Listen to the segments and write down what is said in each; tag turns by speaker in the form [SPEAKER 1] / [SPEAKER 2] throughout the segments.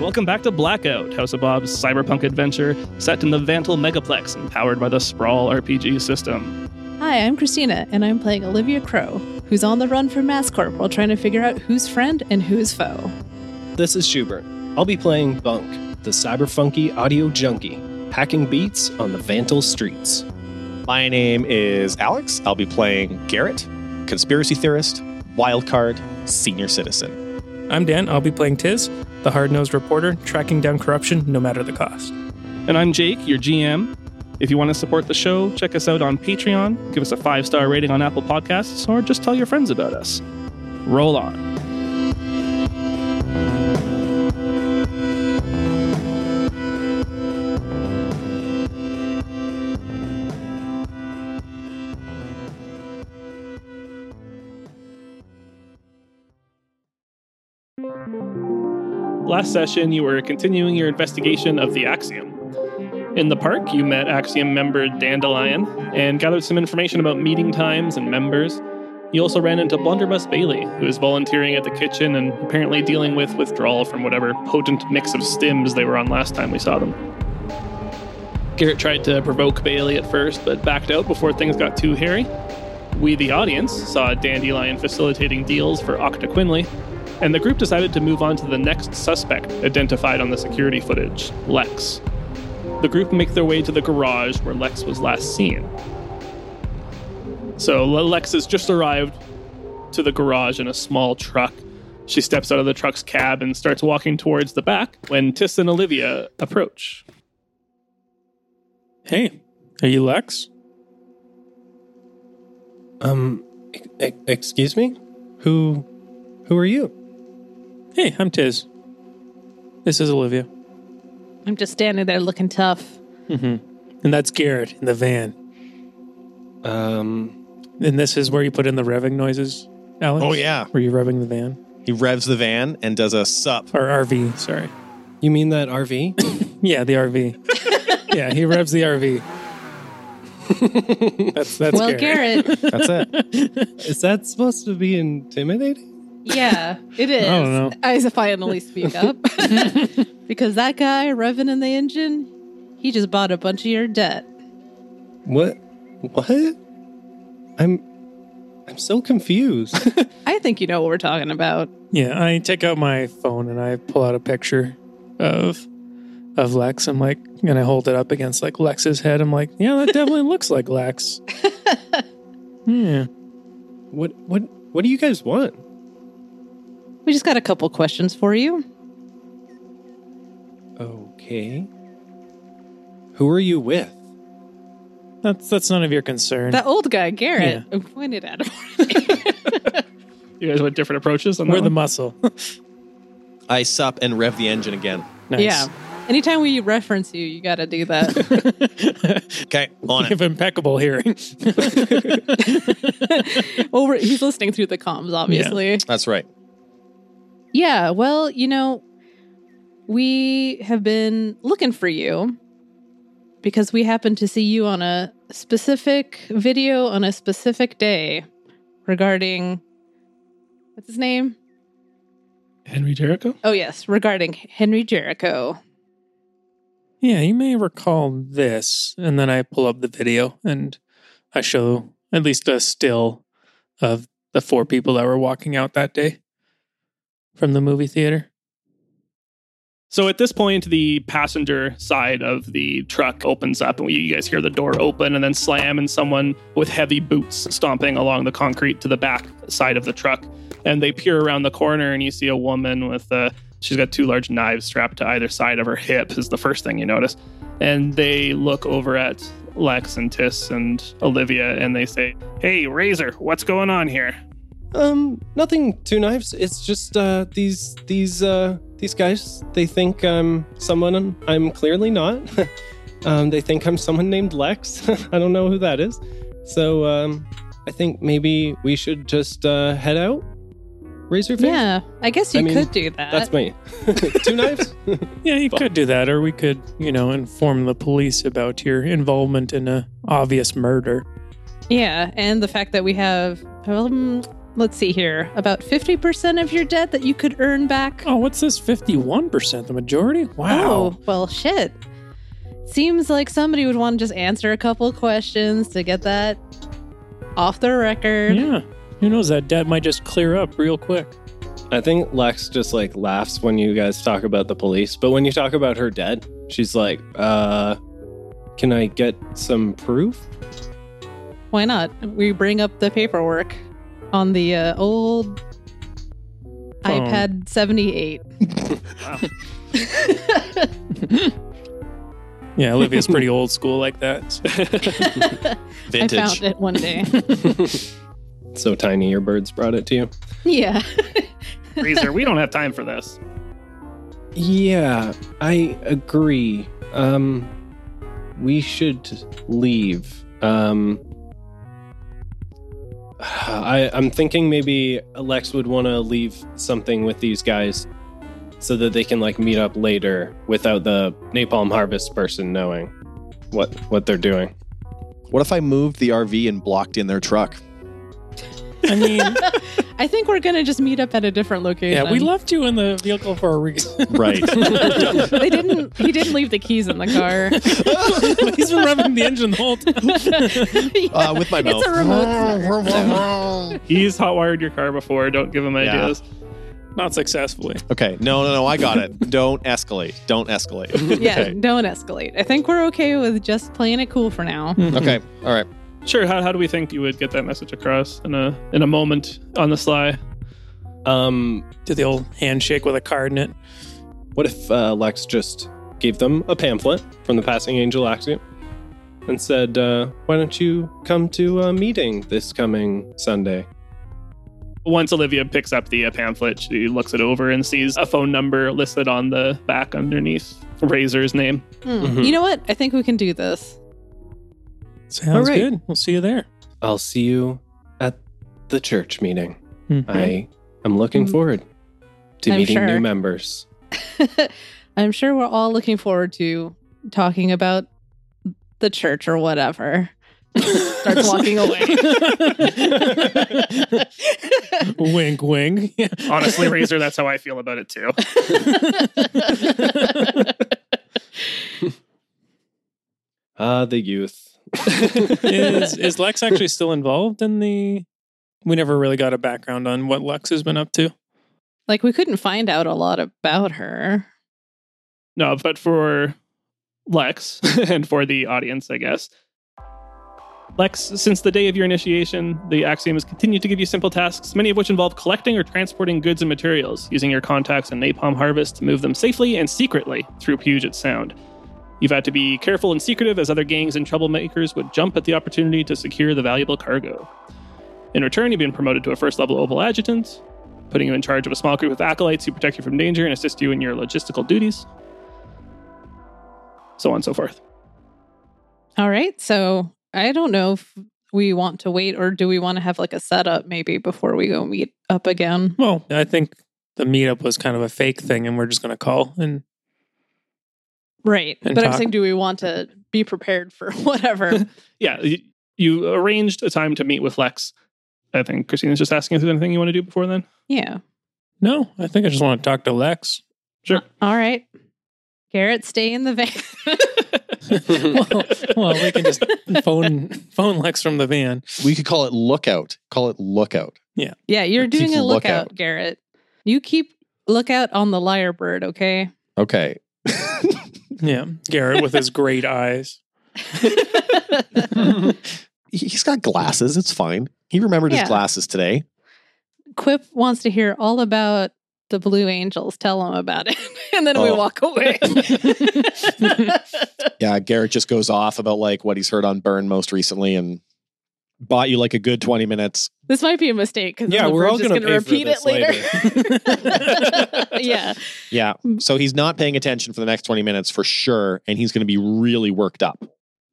[SPEAKER 1] Welcome back to Blackout, House of Bob's cyberpunk adventure set in the Vantal Megaplex and powered by the Sprawl RPG system.
[SPEAKER 2] Hi, I'm Christina, and I'm playing Olivia Crow, who's on the run from MassCorp while trying to figure out who's friend and who's foe.
[SPEAKER 3] This is Schubert. I'll be playing Bunk, the cyberfunky audio junkie, hacking beats on the Vantal streets.
[SPEAKER 4] My name is Alex. I'll be playing Garrett, conspiracy theorist, wildcard, senior citizen.
[SPEAKER 5] I'm Dan. I'll be playing Tiz, the hard nosed reporter tracking down corruption no matter the cost.
[SPEAKER 1] And I'm Jake, your GM. If you want to support the show, check us out on Patreon, give us a five star rating on Apple Podcasts, or just tell your friends about us. Roll on. Last session, you were continuing your investigation of the Axiom. In the park, you met Axiom member Dandelion and gathered some information about meeting times and members. You also ran into Blunderbuss Bailey, who is volunteering at the kitchen and apparently dealing with withdrawal from whatever potent mix of stims they were on last time we saw them. Garrett tried to provoke Bailey at first, but backed out before things got too hairy. We, the audience, saw Dandelion facilitating deals for Octa Quinley, and the group decided to move on to the next suspect identified on the security footage, Lex. The group make their way to the garage where Lex was last seen. So Le- Lex has just arrived to the garage in a small truck. She steps out of the truck's cab and starts walking towards the back when Tiss and Olivia approach.
[SPEAKER 5] Hey, are you Lex?
[SPEAKER 3] Um, e- e- excuse me? Who, who are you?
[SPEAKER 5] Hey, I'm Tiz. This is Olivia.
[SPEAKER 2] I'm just standing there looking tough.
[SPEAKER 5] And that's Garrett in the van.
[SPEAKER 3] Um,
[SPEAKER 5] And this is where you put in the revving noises, Alex?
[SPEAKER 4] Oh, yeah.
[SPEAKER 5] Were you revving the van?
[SPEAKER 4] He revs the van and does a sup.
[SPEAKER 5] Or RV, sorry.
[SPEAKER 3] you mean that RV?
[SPEAKER 5] Yeah, the RV. yeah, he revs the RV. that's that's
[SPEAKER 2] well, Garrett,
[SPEAKER 4] That's it.
[SPEAKER 3] is that supposed to be intimidating?
[SPEAKER 2] yeah, it is.
[SPEAKER 5] I don't know.
[SPEAKER 2] I finally speak up. because that guy, revving in the engine, he just bought a bunch of your debt.
[SPEAKER 3] What? What? I'm, I'm so confused.
[SPEAKER 2] I think you know what we're talking about.
[SPEAKER 5] Yeah, I take out my phone and I pull out a picture of of Lex. I'm like, and I hold it up against like Lex's head. I'm like, yeah, that definitely looks like Lex. yeah.
[SPEAKER 3] what? What? What do you guys want?
[SPEAKER 2] We just got a couple questions for you.
[SPEAKER 3] Okay. Who are you with?
[SPEAKER 5] That's that's none of your concern.
[SPEAKER 2] That old guy, Garrett, I pointed at him.
[SPEAKER 1] You guys went different approaches on that
[SPEAKER 5] We're the
[SPEAKER 1] one?
[SPEAKER 5] muscle.
[SPEAKER 4] I sup and rev the engine again.
[SPEAKER 5] nice.
[SPEAKER 2] Yeah. Anytime we reference you, you got to do that.
[SPEAKER 4] Okay, on
[SPEAKER 5] You
[SPEAKER 4] it.
[SPEAKER 5] have impeccable hearing.
[SPEAKER 2] well, we're, he's listening through the comms, obviously. Yeah.
[SPEAKER 4] That's right.
[SPEAKER 2] Well, you know, we have been looking for you because we happened to see you on a specific video on a specific day regarding what's his name?
[SPEAKER 1] Henry Jericho?
[SPEAKER 2] Oh, yes, regarding Henry Jericho.
[SPEAKER 5] yeah, you may recall this. And then I pull up the video and I show at least a still of the four people that were walking out that day from the movie theater.
[SPEAKER 1] So at this point, the passenger side of the truck opens up, and we, you guys hear the door open and then slam, and someone with heavy boots stomping along the concrete to the back side of the truck. And they peer around the corner, and you see a woman with a she's got two large knives strapped to either side of her hip. Is the first thing you notice, and they look over at Lex and Tiss and Olivia, and they say, "Hey, Razor, what's going on here?"
[SPEAKER 3] Um, nothing. Two knives. It's just uh, these these uh, these guys. They think I'm someone I'm clearly not. um, they think I'm someone named Lex. I don't know who that is. So um, I think maybe we should just uh, head out. Razor face.
[SPEAKER 2] Yeah, I guess you
[SPEAKER 3] I mean,
[SPEAKER 2] could do that.
[SPEAKER 3] That's me. Two knives.
[SPEAKER 5] Yeah, you could do that, or we could, you know, inform the police about your involvement in a obvious murder.
[SPEAKER 2] yeah, and the fact that we have um, let's see here, about 50% of your debt that you could earn back.
[SPEAKER 5] Oh, what's this? 51%? The majority? Wow.
[SPEAKER 2] Oh, well, shit. Seems like somebody would want to just answer a couple of questions to get that off the record.
[SPEAKER 5] Yeah. Who knows? That debt might just clear up real quick.
[SPEAKER 3] I think Lex just like laughs when you guys talk about the police, but when you talk about her dead, she's like, uh, can I get some proof?
[SPEAKER 2] Why not? We bring up the paperwork on the uh, old
[SPEAKER 5] Phone.
[SPEAKER 2] iPad 78.
[SPEAKER 5] Yeah, Olivia's pretty old school like that. so-
[SPEAKER 2] I
[SPEAKER 4] Vintage.
[SPEAKER 2] found it one day.
[SPEAKER 3] So tiny your birds brought it to you.
[SPEAKER 2] yeah.
[SPEAKER 1] Freezer, we don't have time for this.
[SPEAKER 3] Yeah, I agree. Um, we should leave. Um, I, I'm thinking maybe Lex would want to leave something with these guys so that they can like meet up later without the napalm harvest person knowing what what they're doing.
[SPEAKER 4] What if I moved the RV and blocked in their truck?
[SPEAKER 5] I mean,
[SPEAKER 2] I think we're going to just meet up at a different location.
[SPEAKER 5] yeah, we left you in the vehicle for a reason.
[SPEAKER 4] Right.
[SPEAKER 2] they didn't he didn't leave the keys in the car.
[SPEAKER 5] He's been revving the engine the whole time.
[SPEAKER 2] Yeah.
[SPEAKER 4] uh, with my mouth.
[SPEAKER 2] It's a remote
[SPEAKER 1] He's hotwired your car before. Don't give him
[SPEAKER 4] Yeah.
[SPEAKER 1] ideas.
[SPEAKER 5] Not successfully.
[SPEAKER 4] okay. No, no, no. I got it. Don't escalate. Don't escalate.
[SPEAKER 2] yeah,
[SPEAKER 4] Okay.
[SPEAKER 2] don't escalate. I think we're okay with just playing it cool for now.
[SPEAKER 4] Okay. All right.
[SPEAKER 1] Sure. How, how do we think you would get that message across in a in a moment on the sly?
[SPEAKER 3] Um,
[SPEAKER 5] Do the old handshake with a card in it.
[SPEAKER 3] what if uh, Lex just gave them a pamphlet from the Passing Angel Axiom and said, uh, "Why don't you come to a meeting this coming Sunday?"
[SPEAKER 1] Once Olivia picks up the uh, pamphlet, she looks it over and sees a phone number listed on the back underneath Razor's name.
[SPEAKER 2] Hmm.
[SPEAKER 3] Mhm.
[SPEAKER 5] Mm-hmm.
[SPEAKER 2] You know what? I think we can do this.
[SPEAKER 5] Sounds
[SPEAKER 3] All right.
[SPEAKER 5] good. We'll see you there.
[SPEAKER 3] I'll see you at the church meeting.
[SPEAKER 5] Mhm.
[SPEAKER 3] I am looking
[SPEAKER 2] Mm.
[SPEAKER 3] forward to
[SPEAKER 2] I'm
[SPEAKER 3] meeting
[SPEAKER 2] sure.
[SPEAKER 3] new members.
[SPEAKER 2] I'm sure we're all looking forward to talking about the church or whatever. Starts walking away.
[SPEAKER 5] wink, wink. Yeah.
[SPEAKER 1] Honestly, Razor, that's how I feel about it too.
[SPEAKER 3] Ah, the youth.
[SPEAKER 5] is, is Lex actually still involved in the? We never really got a background on what Lex has been up to.
[SPEAKER 2] like we couldn't find out a lot about her.
[SPEAKER 1] No, but for Lex and for the audience, I guess. Lex, since the day of your initiation, the Axiom has continued to give you simple tasks, many of which involve collecting or transporting goods and materials, using your contacts and napalm harvest to move them safely and secretly through Puget Sound. You've had to be careful and secretive as other gangs and troublemakers would jump at the opportunity to secure the valuable cargo. In return, you've been promoted to a first level Oval Adjutant, putting you in charge of a small group of acolytes who protect you from danger and assist you in your logistical duties, so on and so forth.
[SPEAKER 2] All right. So I don't know if we want to wait or do we want to have like a setup maybe before we go meet up again?
[SPEAKER 5] Well, I think the meetup was kind of a fake thing, and we're just going to call and
[SPEAKER 2] Right.
[SPEAKER 5] And
[SPEAKER 2] but I'm
[SPEAKER 5] talk.
[SPEAKER 2] saying, do we want to be prepared for whatever?
[SPEAKER 1] yeah, you, you arranged a time to meet with Lex. I think Christina's just asking if there's anything you want to do before then.
[SPEAKER 2] yeah.
[SPEAKER 5] no. I think I just want to talk to Lex.
[SPEAKER 1] Sure.
[SPEAKER 2] All right. Garrett, stay in the van.
[SPEAKER 5] well, well, we can just phone phone Lex from the van.
[SPEAKER 4] We could call it lookout. Call it lookout.
[SPEAKER 2] yeah, you're
[SPEAKER 4] Keep
[SPEAKER 2] doing a
[SPEAKER 4] a
[SPEAKER 2] lookout,
[SPEAKER 4] lookout.
[SPEAKER 2] Garrett. You keep lookout on the lyre bird, okay?
[SPEAKER 4] Okay.
[SPEAKER 5] Yeah, Garrett with his great eyes.
[SPEAKER 4] He- He's got glasses. It's fine. He remembered
[SPEAKER 2] Yeah.
[SPEAKER 4] his glasses today.
[SPEAKER 2] Quip wants to hear all about the Blue Angels. Tell him about it. and then we
[SPEAKER 4] Oh.
[SPEAKER 2] walk away.
[SPEAKER 4] Yeah, Garrett just goes off about like what he's heard on Burn most recently and bought you like a good 20 minutes.
[SPEAKER 2] this might be a mistake because
[SPEAKER 3] Yeah, we're all
[SPEAKER 2] going
[SPEAKER 3] gonna
[SPEAKER 2] to
[SPEAKER 3] pay for
[SPEAKER 2] repeat it
[SPEAKER 3] this
[SPEAKER 2] later. yeah.
[SPEAKER 4] Yeah.
[SPEAKER 2] Mm.
[SPEAKER 4] So he's not paying attention for the next 20 minutes for sure and he's going to be really worked up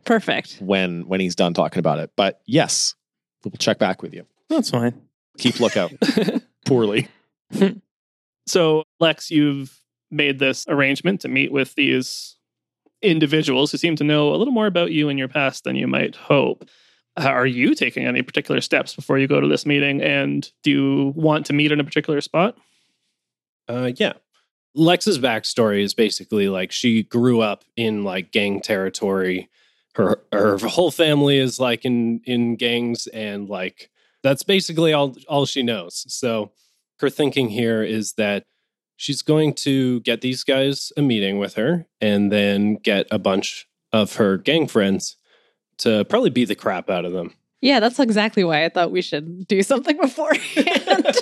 [SPEAKER 2] Perfect.
[SPEAKER 4] when when he's done talking about it. But yes, we'll check back with you.
[SPEAKER 5] That's fine.
[SPEAKER 4] Keep lookout. Poorly.
[SPEAKER 1] So, Lex, you've made this arrangement to meet with these individuals who seem to know a little more about you and your past than you might hope. Uh, Are you taking any particular steps before you go to this meeting? And do you want to meet in a particular spot?
[SPEAKER 3] Uh, yeah. Lex's backstory is basically like she grew up in like gang territory. Her her whole family is like in in gangs and like that's basically all all she knows. So her thinking here is that she's going to get these guys a meeting with her and then get a bunch of her gang friends to probably beat the crap out of them
[SPEAKER 2] Yeah, that's exactly why I thought we should do something beforehand.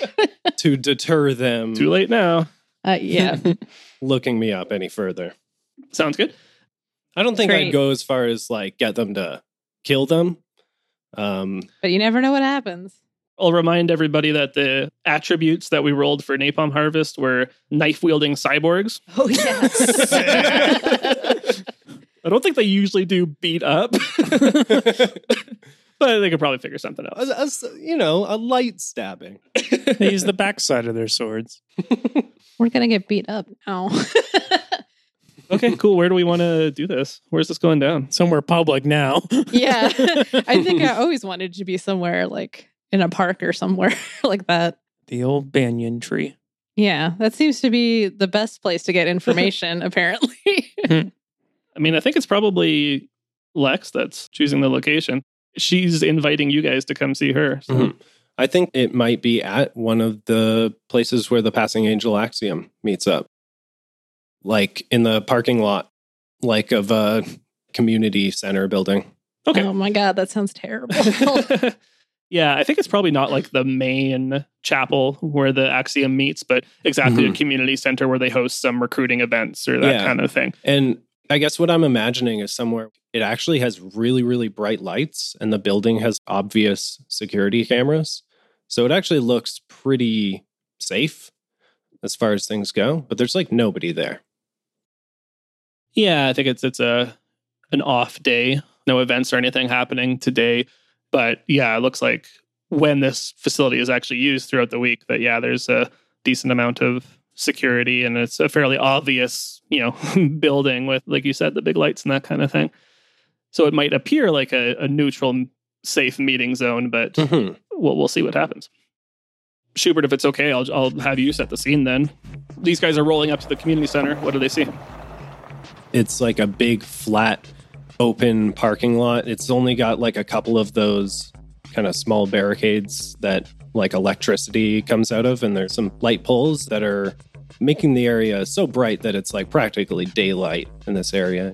[SPEAKER 3] to deter them
[SPEAKER 1] Too late now.
[SPEAKER 2] uh, yeah.
[SPEAKER 3] looking me up any further.
[SPEAKER 1] Sounds good.
[SPEAKER 3] I don't think
[SPEAKER 2] Great.
[SPEAKER 3] I'd go as far as like get them to kill them. Um,
[SPEAKER 2] But you never know what happens.
[SPEAKER 1] I'll remind everybody that the attributes that we rolled for Napalm Harvest were knife wielding cyborgs.
[SPEAKER 2] Oh, yes.
[SPEAKER 1] I don't think they usually do beat up, but they could probably figure something out.
[SPEAKER 3] a- a s- you know, a light stabbing.
[SPEAKER 5] They use the backside of their swords.
[SPEAKER 2] We're going to get beat up now.
[SPEAKER 1] Okay, cool. Where do we want to do this? Where's this going down?
[SPEAKER 5] Somewhere public now.
[SPEAKER 2] yeah. I think I always wanted to be somewhere like in a park or somewhere like that.
[SPEAKER 5] the old banyan tree.
[SPEAKER 2] Yeah, that seems to be the best place to get information, apparently.
[SPEAKER 1] I mean, I think it's probably Lex that's choosing the location. She's inviting you guys to come see her. So
[SPEAKER 3] Mhm. I think it might be at one of the places where the Passing Angel Axiom meets up, like in the parking lot, like of a community center building.
[SPEAKER 1] Okay.
[SPEAKER 2] Oh my God, that sounds terrible.
[SPEAKER 1] yeah, I think it's probably not like the main chapel where the Axiom meets, but exactly a
[SPEAKER 3] Mhm.
[SPEAKER 1] community center where they host some recruiting events or that
[SPEAKER 3] Yeah.
[SPEAKER 1] kind of thing.
[SPEAKER 3] And I guess what I'm imagining is somewhere it actually has really, really bright lights, and the building has obvious security cameras. So it actually looks pretty safe as far as things go, but there's like nobody there.
[SPEAKER 1] Yeah, I think it's it's a an off day. No events or anything happening today, but yeah, it looks like when this facility is actually used throughout the week, that yeah, there's a decent amount of security and it's a fairly obvious, you know, building with like you said the big lights and that kind of thing. So it might appear like a, a neutral, safe meeting zone, but we'll, we'll see what happens. Schubert, if it's okay, I'll, I'll have you set the scene then. These guys are rolling up to the community center. What do they see?
[SPEAKER 3] It's like a big, flat, open parking lot. It's only got like a couple of those kind of small barricades that like electricity comes out of, and there's some light poles that are making the area so bright that it's like practically daylight in this area.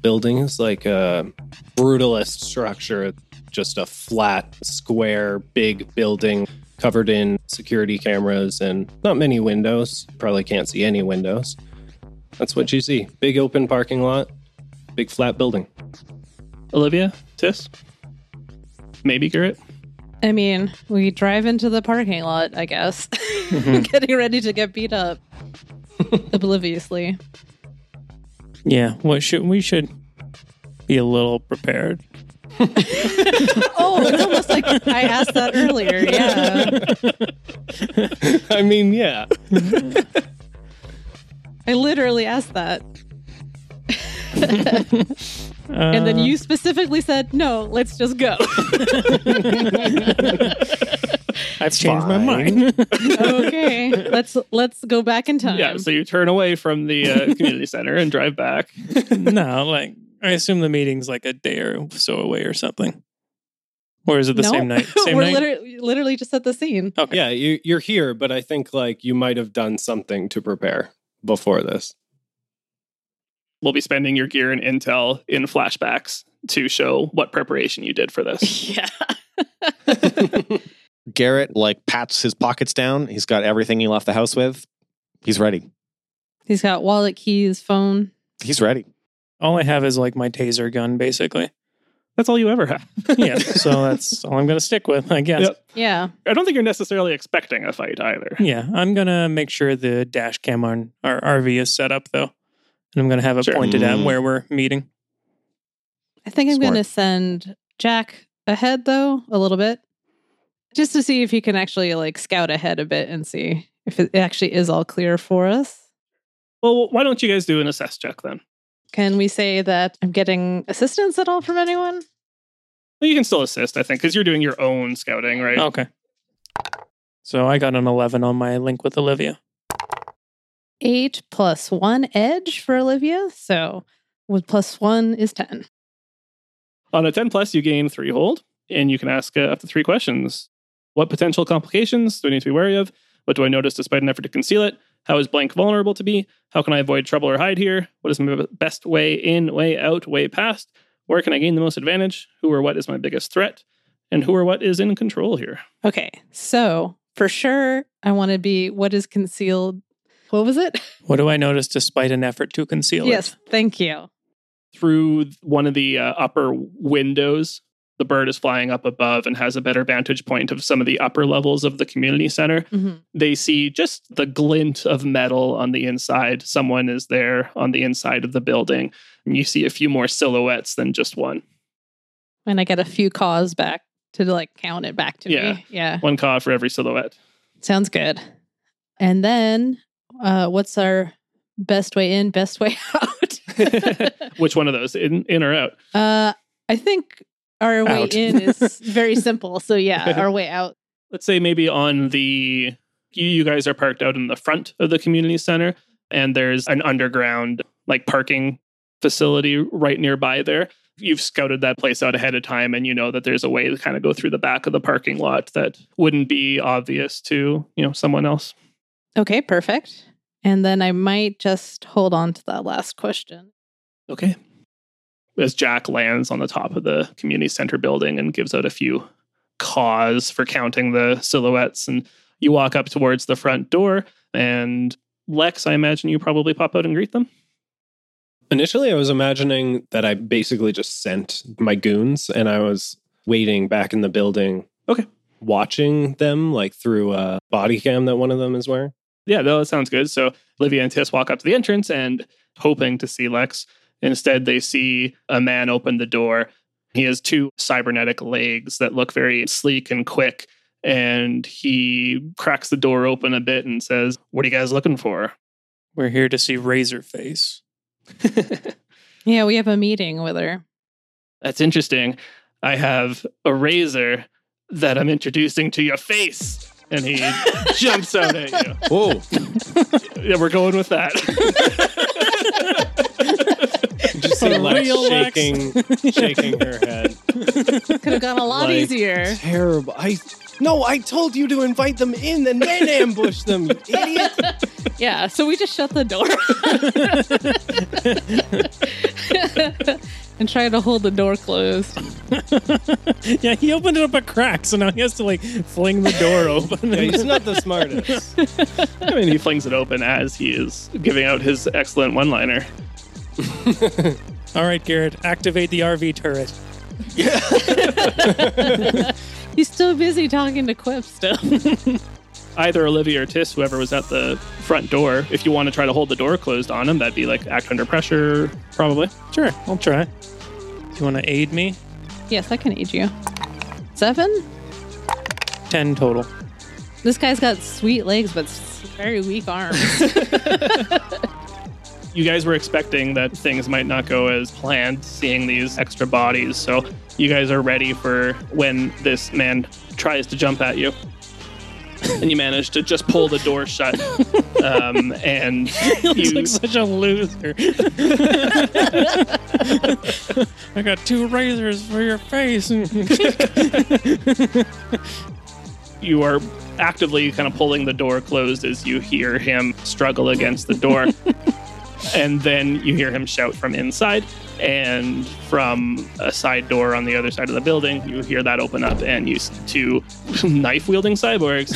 [SPEAKER 3] Building is like a brutalist structure, just a flat, square, big building covered in security cameras and not many windows. Probably can't see any windows. That's what you see. Big open parking lot, big flat building.
[SPEAKER 1] Olivia, Tis, maybe Garrett.
[SPEAKER 2] I mean, we drive into the parking lot, I guess, getting ready to get beat up obliviously.
[SPEAKER 5] Yeah, what should we should be a little prepared.
[SPEAKER 2] Oh, it's almost like I asked that earlier. Yeah.
[SPEAKER 3] I mean, yeah.
[SPEAKER 2] I literally asked that. and
[SPEAKER 5] Uh,
[SPEAKER 2] then you specifically said, no, let's just go.
[SPEAKER 5] I've changed my mind.
[SPEAKER 2] okay. Let's let's go back in time.
[SPEAKER 5] Um,
[SPEAKER 1] Yeah, so you turn away from the uh, community center and drive back.
[SPEAKER 5] no, like I assume the meeting's like a day or so away or something. Or is it the
[SPEAKER 2] No.
[SPEAKER 5] same night? Same
[SPEAKER 2] We're
[SPEAKER 5] night.
[SPEAKER 2] literally literally just at the scene.
[SPEAKER 3] Yeah, you, you're here, but I think like you might have done something to prepare before this.
[SPEAKER 1] We'll be spending your gear and intel in flashbacks to show what preparation you did for this.
[SPEAKER 2] Yeah.
[SPEAKER 4] Garrett like pats his pockets down. He's got everything he left the house with. He's ready.
[SPEAKER 2] He's got wallet, keys, phone.
[SPEAKER 4] He's ready.
[SPEAKER 5] all I have is like my taser gun, basically.
[SPEAKER 1] That's all you ever have.
[SPEAKER 5] Yeah, so that's all I'm gonna stick with, I guess.
[SPEAKER 1] Yep.
[SPEAKER 2] Yeah.
[SPEAKER 1] I don't think you're necessarily expecting a fight either.
[SPEAKER 5] Yeah, I'm gonna make sure the dash cam on our RV is set up though, and I'm gonna have it
[SPEAKER 1] Sure.
[SPEAKER 5] pointed at
[SPEAKER 4] Mm.
[SPEAKER 5] where we're meeting.
[SPEAKER 2] I think I'm
[SPEAKER 4] Smart.
[SPEAKER 2] going to send Jack ahead though a little bit, just to see if he can actually like scout ahead a bit and see if it actually is all clear for us.
[SPEAKER 1] Well, why don't you guys do an assess check then?
[SPEAKER 2] Can we say that I'm getting assistance at all from anyone?
[SPEAKER 1] But you can still assist, I think, because you're doing your own scouting, right?
[SPEAKER 5] Okay. So I got an 11 on my link with Olivia.
[SPEAKER 2] Eight plus one edge for Olivia. So with plus one is 10.
[SPEAKER 1] On a 10 plus, you gain three hold, and you can ask uh, up to three questions. What potential complications do I need to be wary of? What do I notice despite an effort to conceal it? How is blank vulnerable to me? How can I avoid trouble or hide here? What is my best way in, way out, way past? Where can I gain the most advantage? Who or what is my biggest threat? And who or what is in control here?
[SPEAKER 2] Okay. So for sure, I want to be what is concealed. What was it?
[SPEAKER 5] What do I notice despite an effort to conceal it?
[SPEAKER 2] yes. Thank you.
[SPEAKER 1] Through one of the uh, upper windows, the bird is flying up above and has a better vantage point of some of the upper levels of the community center.
[SPEAKER 2] Mhm.
[SPEAKER 1] they see just the glint of metal on the inside. Someone is there on the inside of the building, and you see a few more silhouettes than just one.
[SPEAKER 2] And I get a few caws back to like count it back to
[SPEAKER 1] Yeah.
[SPEAKER 2] me. Yeah.
[SPEAKER 1] One cod for every silhouette.
[SPEAKER 2] Sounds good. And then uh, what's our best way in, best way out?
[SPEAKER 1] Which one of those, in, in or out?
[SPEAKER 2] uh, I think our way
[SPEAKER 5] Out.
[SPEAKER 2] in is very simple. So yeah, our way out.
[SPEAKER 1] Let's say maybe on the you, you guys are parked out in the front of the community center, and there's an underground like parking facility right nearby there. You've scouted that place out ahead of time, and you know that there's a way to kind of go through the back of the parking lot that wouldn't be obvious to you know someone else.
[SPEAKER 2] Okay, perfect. And then I might just hold on to that last question.
[SPEAKER 1] Okay. As Jack lands on the top of the community center building and gives out a few caws for counting the silhouettes, and you walk up towards the front door, and Lex, I imagine you probably pop out and greet them.
[SPEAKER 3] Initially, I was imagining that I basically just sent my goons and I was waiting back in the building.
[SPEAKER 1] Okay.
[SPEAKER 3] Watching them like through a body cam that one of them is wearing.
[SPEAKER 1] Yeah, no, that sounds good. So Olivia and Tiss walk up to the entrance and hoping to see Lex. Instead, they see a man open the door. He has two cybernetic legs that look very sleek and quick. And he cracks the door open a bit and says, What are you guys looking for?
[SPEAKER 5] We're here to see Razorface.
[SPEAKER 2] Yeah, we have a meeting with her.
[SPEAKER 1] That's interesting. I have a razor that I'm introducing to your face. And he jumps out at you.
[SPEAKER 3] Whoa.
[SPEAKER 1] Yeah, we're going with that.
[SPEAKER 3] just see
[SPEAKER 5] For
[SPEAKER 3] Lex
[SPEAKER 5] real, Lex.
[SPEAKER 3] shaking, shaking her head.
[SPEAKER 2] Could have gone a lot
[SPEAKER 3] Like-
[SPEAKER 2] easier.
[SPEAKER 3] Terrible. I no, I told you to invite them in and then ambush them, you idiot.
[SPEAKER 2] Yeah, so we just shut the door and try to hold the door closed.
[SPEAKER 5] yeah, he opened it up a crack, so now he has to like fling the door open.
[SPEAKER 3] Yeah, he's not the smartest.
[SPEAKER 1] I mean, he flings it open as he is giving out his excellent one liner.
[SPEAKER 5] All right, Garrett, activate the RV turret.
[SPEAKER 2] He's still busy talking to Quip still.
[SPEAKER 1] Either Olivia or Tiss, whoever was at the front door, if you want to try to hold the door closed on him, that'd be like act under pressure, probably.
[SPEAKER 5] Sure, I'll try. Do you want to aid me?
[SPEAKER 2] yes, I can aid you. Seven?
[SPEAKER 5] 10 total.
[SPEAKER 2] This guy's got sweet legs, but s- very weak arms.
[SPEAKER 1] You guys were expecting that things might not go as planned, seeing these extra bodies. So you guys are ready for when this man tries to jump at you. And you manage to just pull the door shut. Um, and
[SPEAKER 5] He's
[SPEAKER 1] you,
[SPEAKER 5] like such a loser. I got two razors for your face.
[SPEAKER 1] you are actively kind of pulling the door closed as you hear him struggle against the door. and then you hear him shout from inside and from a side door on the other side of the building you hear that open up and you see two knife wielding cyborgs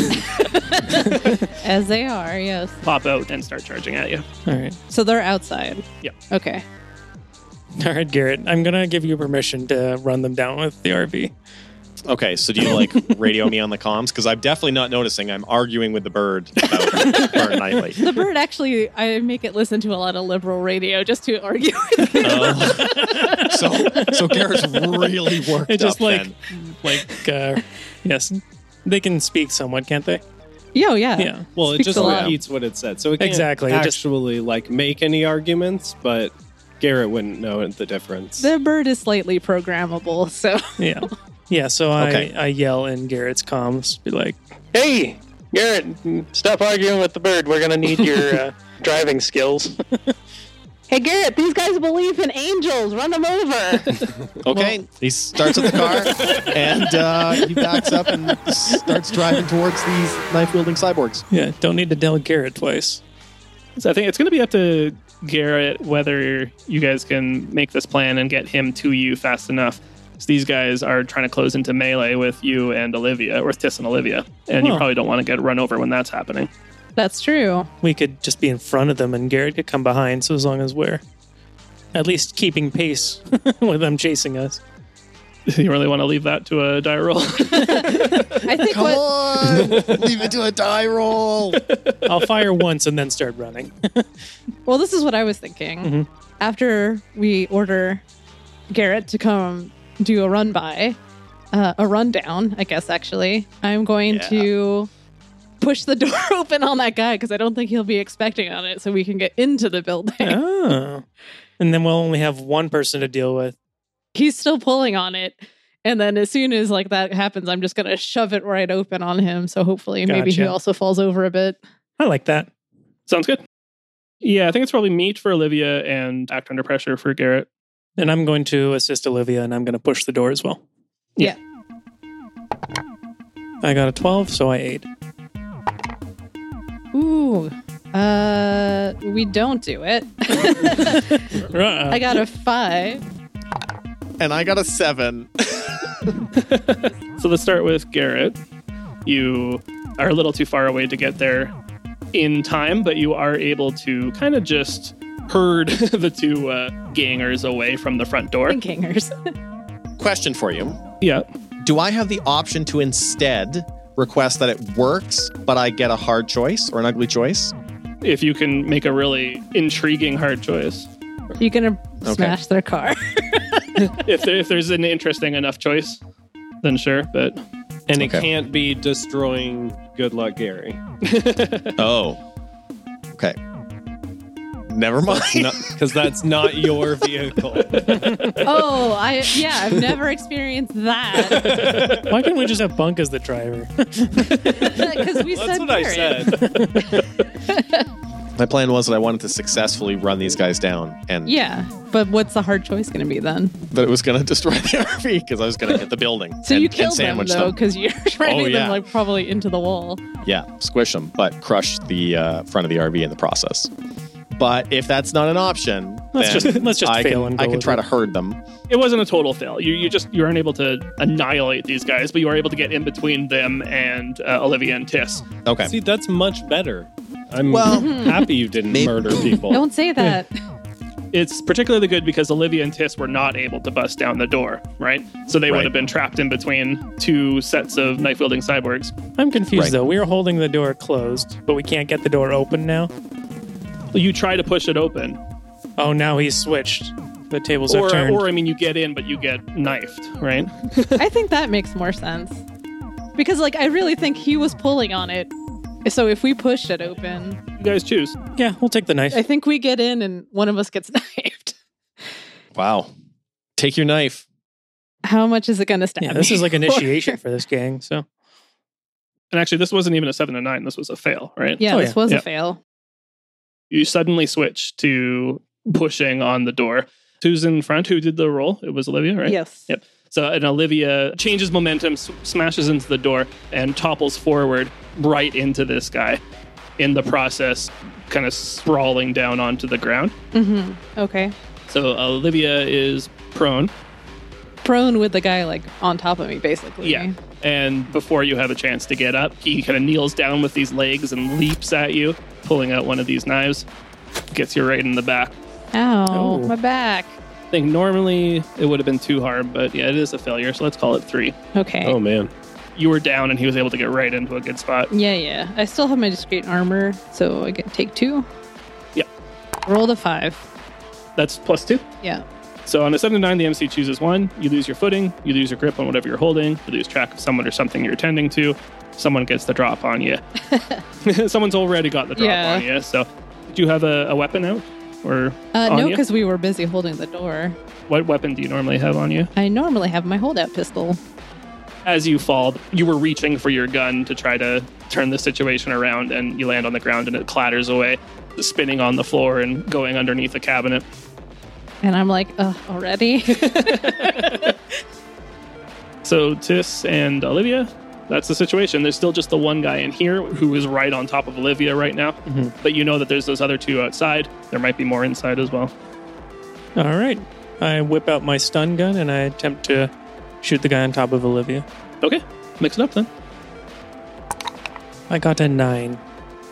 [SPEAKER 2] As they are, yes.
[SPEAKER 1] pop out and start charging at you
[SPEAKER 5] All right.
[SPEAKER 2] So they're outside.
[SPEAKER 1] Yep.
[SPEAKER 2] Okay.
[SPEAKER 5] All right, Garrett, I'm going to give you permission to run them down with the RV.
[SPEAKER 4] Okay, so do you like radio me on the comms? Because I'm definitely not noticing. I'm arguing with the bird about Burn Nightly.
[SPEAKER 2] The bird actually, I make it listen to a lot of liberal radio just to argue with him.
[SPEAKER 4] Um, So, so Garrett's really worked
[SPEAKER 5] It just
[SPEAKER 4] up
[SPEAKER 5] like,
[SPEAKER 4] then.
[SPEAKER 5] like, uh, yes, they can speak somewhat, can't they?
[SPEAKER 2] Yo, yeah.
[SPEAKER 5] Yeah.
[SPEAKER 3] Well, it
[SPEAKER 2] Speaks
[SPEAKER 3] just
[SPEAKER 2] a lot.
[SPEAKER 3] repeats what it said, so it can't
[SPEAKER 5] Exactly, it just-
[SPEAKER 3] actually like make any arguments, but Garrett wouldn't know the difference.
[SPEAKER 2] The bird is slightly programmable, so
[SPEAKER 5] Yeah. Yeah, so I,
[SPEAKER 4] Okay.
[SPEAKER 5] I yell in Garrett's comms, be like, hey, Garrett, stop arguing with the bird. We're going to need your uh, driving skills.
[SPEAKER 2] Hey Garrett, these guys believe in angels. Run them over.
[SPEAKER 4] Okay. he starts at the car and uh, he backs up and starts driving towards these knife wielding cyborgs.
[SPEAKER 5] Yeah, don't need to tell Garrett twice.
[SPEAKER 1] So I think it's going to be up to Garrett whether you guys can make this plan and get him to you fast enough. So these guys are trying to close into melee with you and Olivia, or with Tiss and Olivia, and you
[SPEAKER 5] Huh.
[SPEAKER 1] probably don't want to get run over when that's happening.
[SPEAKER 2] That's true.
[SPEAKER 5] We could just be in front of them and Garrett could come behind, so as long as we're at least keeping pace with them chasing us.
[SPEAKER 1] you really want to leave that to a die roll?
[SPEAKER 2] I think what
[SPEAKER 4] on! Leave it to a die roll!
[SPEAKER 5] I'll fire once and then start running.
[SPEAKER 2] well, this is what I was thinking.
[SPEAKER 5] Mhm.
[SPEAKER 2] After we order Garrett to come do a run by, uh, a rundown, I guess actually, I'm going
[SPEAKER 4] Yeah.
[SPEAKER 2] to push the door open on that guy because I don't think he'll be expecting on it, so we can get into the building.
[SPEAKER 5] oh. And then we'll only have one person to deal with.
[SPEAKER 2] He's still pulling on it. And then as soon as like that happens, I'm just gonna shove it right open on him. So hopefully maybe he
[SPEAKER 5] Gotcha.
[SPEAKER 2] also falls over a bit.
[SPEAKER 5] I like that.
[SPEAKER 1] Sounds good. Yeah, I think it's probably meet for Olivia and act under pressure for Garrett.
[SPEAKER 5] And I'm going to assist Olivia and I'm going to push the door as well.
[SPEAKER 2] Yeah.
[SPEAKER 5] I got a 12, so I ate.
[SPEAKER 2] Ooh. Uh we don't do it. I got a five.
[SPEAKER 4] And I got a seven.
[SPEAKER 1] So let's start with Garrett. You are a little too far away to get there in time, but you are able to kind of just herd the two uh, gangers away from the front door.
[SPEAKER 2] Pink hangers.
[SPEAKER 4] Question for you
[SPEAKER 1] Yeah.
[SPEAKER 4] Do I have the option to instead request that it works, but I get a hard choice or an ugly choice?
[SPEAKER 1] If you can make a really intriguing hard choice.
[SPEAKER 2] You're gonna
[SPEAKER 4] Okay.
[SPEAKER 2] smash their car.
[SPEAKER 1] if, there, if there's an interesting enough choice, then sure, but
[SPEAKER 3] and
[SPEAKER 4] Okay.
[SPEAKER 3] it can't be destroying Good Luck Gary.
[SPEAKER 4] Oh. Okay. Never mind.
[SPEAKER 3] Because that's not your vehicle.
[SPEAKER 2] oh, I yeah, I've never experienced that.
[SPEAKER 5] Why can't we just have Bunk as the driver?
[SPEAKER 2] Because we
[SPEAKER 3] That's
[SPEAKER 2] said,
[SPEAKER 3] what I
[SPEAKER 2] Garrett.
[SPEAKER 3] said.
[SPEAKER 4] My plan was that I wanted to successfully run these guys down and
[SPEAKER 2] Yeah. But what's the hard choice gonna be then?
[SPEAKER 4] that it was going to destroy the RV because I was going to hit the building
[SPEAKER 2] So
[SPEAKER 4] and,
[SPEAKER 2] you
[SPEAKER 4] and
[SPEAKER 2] killed them
[SPEAKER 4] sandwich
[SPEAKER 2] though, because you're driving them
[SPEAKER 4] yeah.
[SPEAKER 2] like probably into the wall.
[SPEAKER 4] Yeah, squish them, but crush the uh, front of the RV in the process. But if that's not an option,
[SPEAKER 5] Let's
[SPEAKER 4] then
[SPEAKER 5] just- let's just
[SPEAKER 4] I
[SPEAKER 5] fail
[SPEAKER 4] can,
[SPEAKER 5] and go
[SPEAKER 4] I can
[SPEAKER 5] with
[SPEAKER 4] try
[SPEAKER 5] it.
[SPEAKER 4] to herd them.
[SPEAKER 1] it wasn't a total fail. You, you just you aren't able to annihilate these guys, but you are able to get in between them and uh, Olivia and Tiss.
[SPEAKER 4] Okay.
[SPEAKER 3] See, that's much better. I'm
[SPEAKER 4] Well,
[SPEAKER 3] happy you didn't
[SPEAKER 4] maybe-
[SPEAKER 3] murder people.
[SPEAKER 2] Don't say that.
[SPEAKER 1] It's particularly good because Olivia and Tiss were not able to bust down the door, right? So they would
[SPEAKER 4] Right.
[SPEAKER 1] have been trapped in between two sets of knife wielding cyborgs.
[SPEAKER 5] I'm confused
[SPEAKER 4] Right.
[SPEAKER 5] though. We were holding the door closed, but we can't get the door open now.
[SPEAKER 1] You try to push it open,
[SPEAKER 5] Oh, now he's switched. The tables are
[SPEAKER 1] or
[SPEAKER 5] turned.
[SPEAKER 1] or I mean, you get in, but you get knifed, right?
[SPEAKER 2] I think that makes more sense. Because like I really think he was pulling on it. So if we pushed it open,
[SPEAKER 1] You guys choose.
[SPEAKER 5] yeah, we'll take the knife.
[SPEAKER 2] I think we get in and one of us gets knifed.
[SPEAKER 4] wow. Take your knife.
[SPEAKER 2] How much is it gonna stab?
[SPEAKER 5] yeah, this
[SPEAKER 2] me
[SPEAKER 5] is like
[SPEAKER 2] for?
[SPEAKER 5] initiation for this gang. So
[SPEAKER 1] And actually, this wasn't even a seven to nine. This was a fail, right?
[SPEAKER 2] Yeah,
[SPEAKER 5] Oh,
[SPEAKER 2] this
[SPEAKER 5] yeah.
[SPEAKER 2] was
[SPEAKER 1] Yeah.
[SPEAKER 2] a fail.
[SPEAKER 1] You suddenly switch to pushing on the door. Who's in front? Who did the roll? It was Olivia, right?
[SPEAKER 2] Yes.
[SPEAKER 1] Yep. So, and Olivia changes momentum, s- smashes into the door, and topples forward right into this guy. In the process, kind of sprawling down onto the ground.
[SPEAKER 2] hmm Okay.
[SPEAKER 1] So Olivia is prone.
[SPEAKER 2] Prone with the guy like on top of me, basically.
[SPEAKER 1] Yeah. And before you have a chance to get up, he kind of kneels down with these legs and leaps at you, pulling out one of these knives. Gets you right in the back.
[SPEAKER 2] Ow,
[SPEAKER 5] Oh.
[SPEAKER 2] my back.
[SPEAKER 1] I think normally it would have been too hard, but yeah, it is a failure. So let's call it three.
[SPEAKER 2] Okay.
[SPEAKER 3] Oh, man.
[SPEAKER 1] You were down, and he was able to get right into a good spot.
[SPEAKER 2] Yeah, yeah. I still have my discreet armor, so I get take two.
[SPEAKER 1] Yep.
[SPEAKER 2] Roll a five.
[SPEAKER 1] That's plus two.
[SPEAKER 2] Yeah.
[SPEAKER 1] So on a 7 to 9, the MC chooses one. You lose your footing, you lose your grip on whatever you're holding, you lose track of someone or something you're attending to. Someone gets the drop on you. Someone's already got the drop
[SPEAKER 2] Yeah.
[SPEAKER 1] on you. So, do you have a, a weapon out? Or
[SPEAKER 2] Uh,
[SPEAKER 1] On
[SPEAKER 2] no,
[SPEAKER 1] you?
[SPEAKER 2] because we were busy holding the door.
[SPEAKER 1] what weapon do you normally have on you?
[SPEAKER 2] I normally have my holdout pistol.
[SPEAKER 1] As you fall, you were reaching for your gun to try to turn the situation around, and you land on the ground and it clatters away, spinning on the floor and going underneath a cabinet.
[SPEAKER 2] And I'm like, ugh, already?
[SPEAKER 1] So Tis and Olivia, that's the situation. There's still just the one guy in here who is right on top of Olivia right now.
[SPEAKER 5] Mhm.
[SPEAKER 1] But you know that there's those other two outside. There might be more inside as well.
[SPEAKER 5] All right. I whip out my stun gun and I attempt to shoot the guy on top of Olivia.
[SPEAKER 1] Okay, mix it up then.
[SPEAKER 5] I got a nine.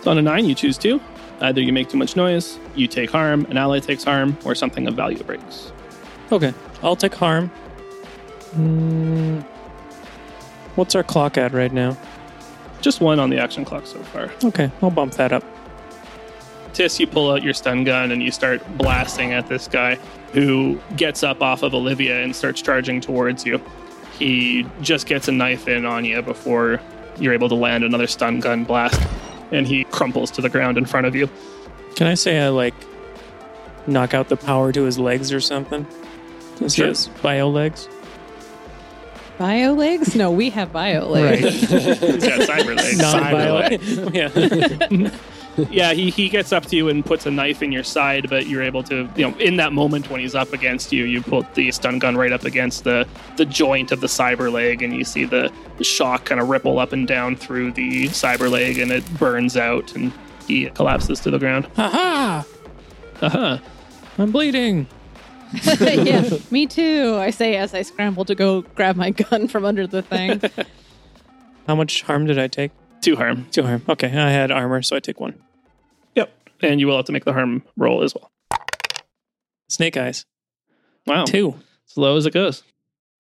[SPEAKER 1] So on a nine, you choose two. Either you make too much noise, you take harm, an ally takes harm, or something of value breaks.
[SPEAKER 5] Okay. I'll take harm. Mm, what's our clock at right now?
[SPEAKER 1] Just one on the action clock so far.
[SPEAKER 5] Okay. I'll bump that up.
[SPEAKER 1] Tis, you pull out your stun gun and you start blasting at this guy who gets up off of Olivia and starts charging towards you. He just gets a knife in on you before you're able to land another stun gun blast, and he crumples to the ground in front of you.
[SPEAKER 5] Can I say I like knock out the power to his legs or something? Since
[SPEAKER 1] Sure.
[SPEAKER 5] he has bio legs.
[SPEAKER 2] bio legs? No, we have bio legs.
[SPEAKER 1] He's got cyber legs.
[SPEAKER 5] Non-bio. yeah.
[SPEAKER 1] Yeah, he, he gets up to you and puts a knife in your side, but you're able to, you know, in that moment when he's up against you, you put the stun gun right up against the, the joint of the cyber leg, and you see the shock kind of ripple up and down through the cyber leg, and it burns out, and he collapses to the ground.
[SPEAKER 5] Aha!
[SPEAKER 1] Uh-huh.
[SPEAKER 5] I'm bleeding.
[SPEAKER 2] yeah, me too. I say as I scramble to go grab my gun from under the thing.
[SPEAKER 5] How much harm did I take?
[SPEAKER 1] Two harm.
[SPEAKER 5] Two harm. Okay, I had armor, so I take one.
[SPEAKER 1] Yep. And you will have to make the harm roll as well.
[SPEAKER 5] Snake eyes.
[SPEAKER 3] Oh.
[SPEAKER 1] Wow.
[SPEAKER 5] Two.
[SPEAKER 1] As low as it goes.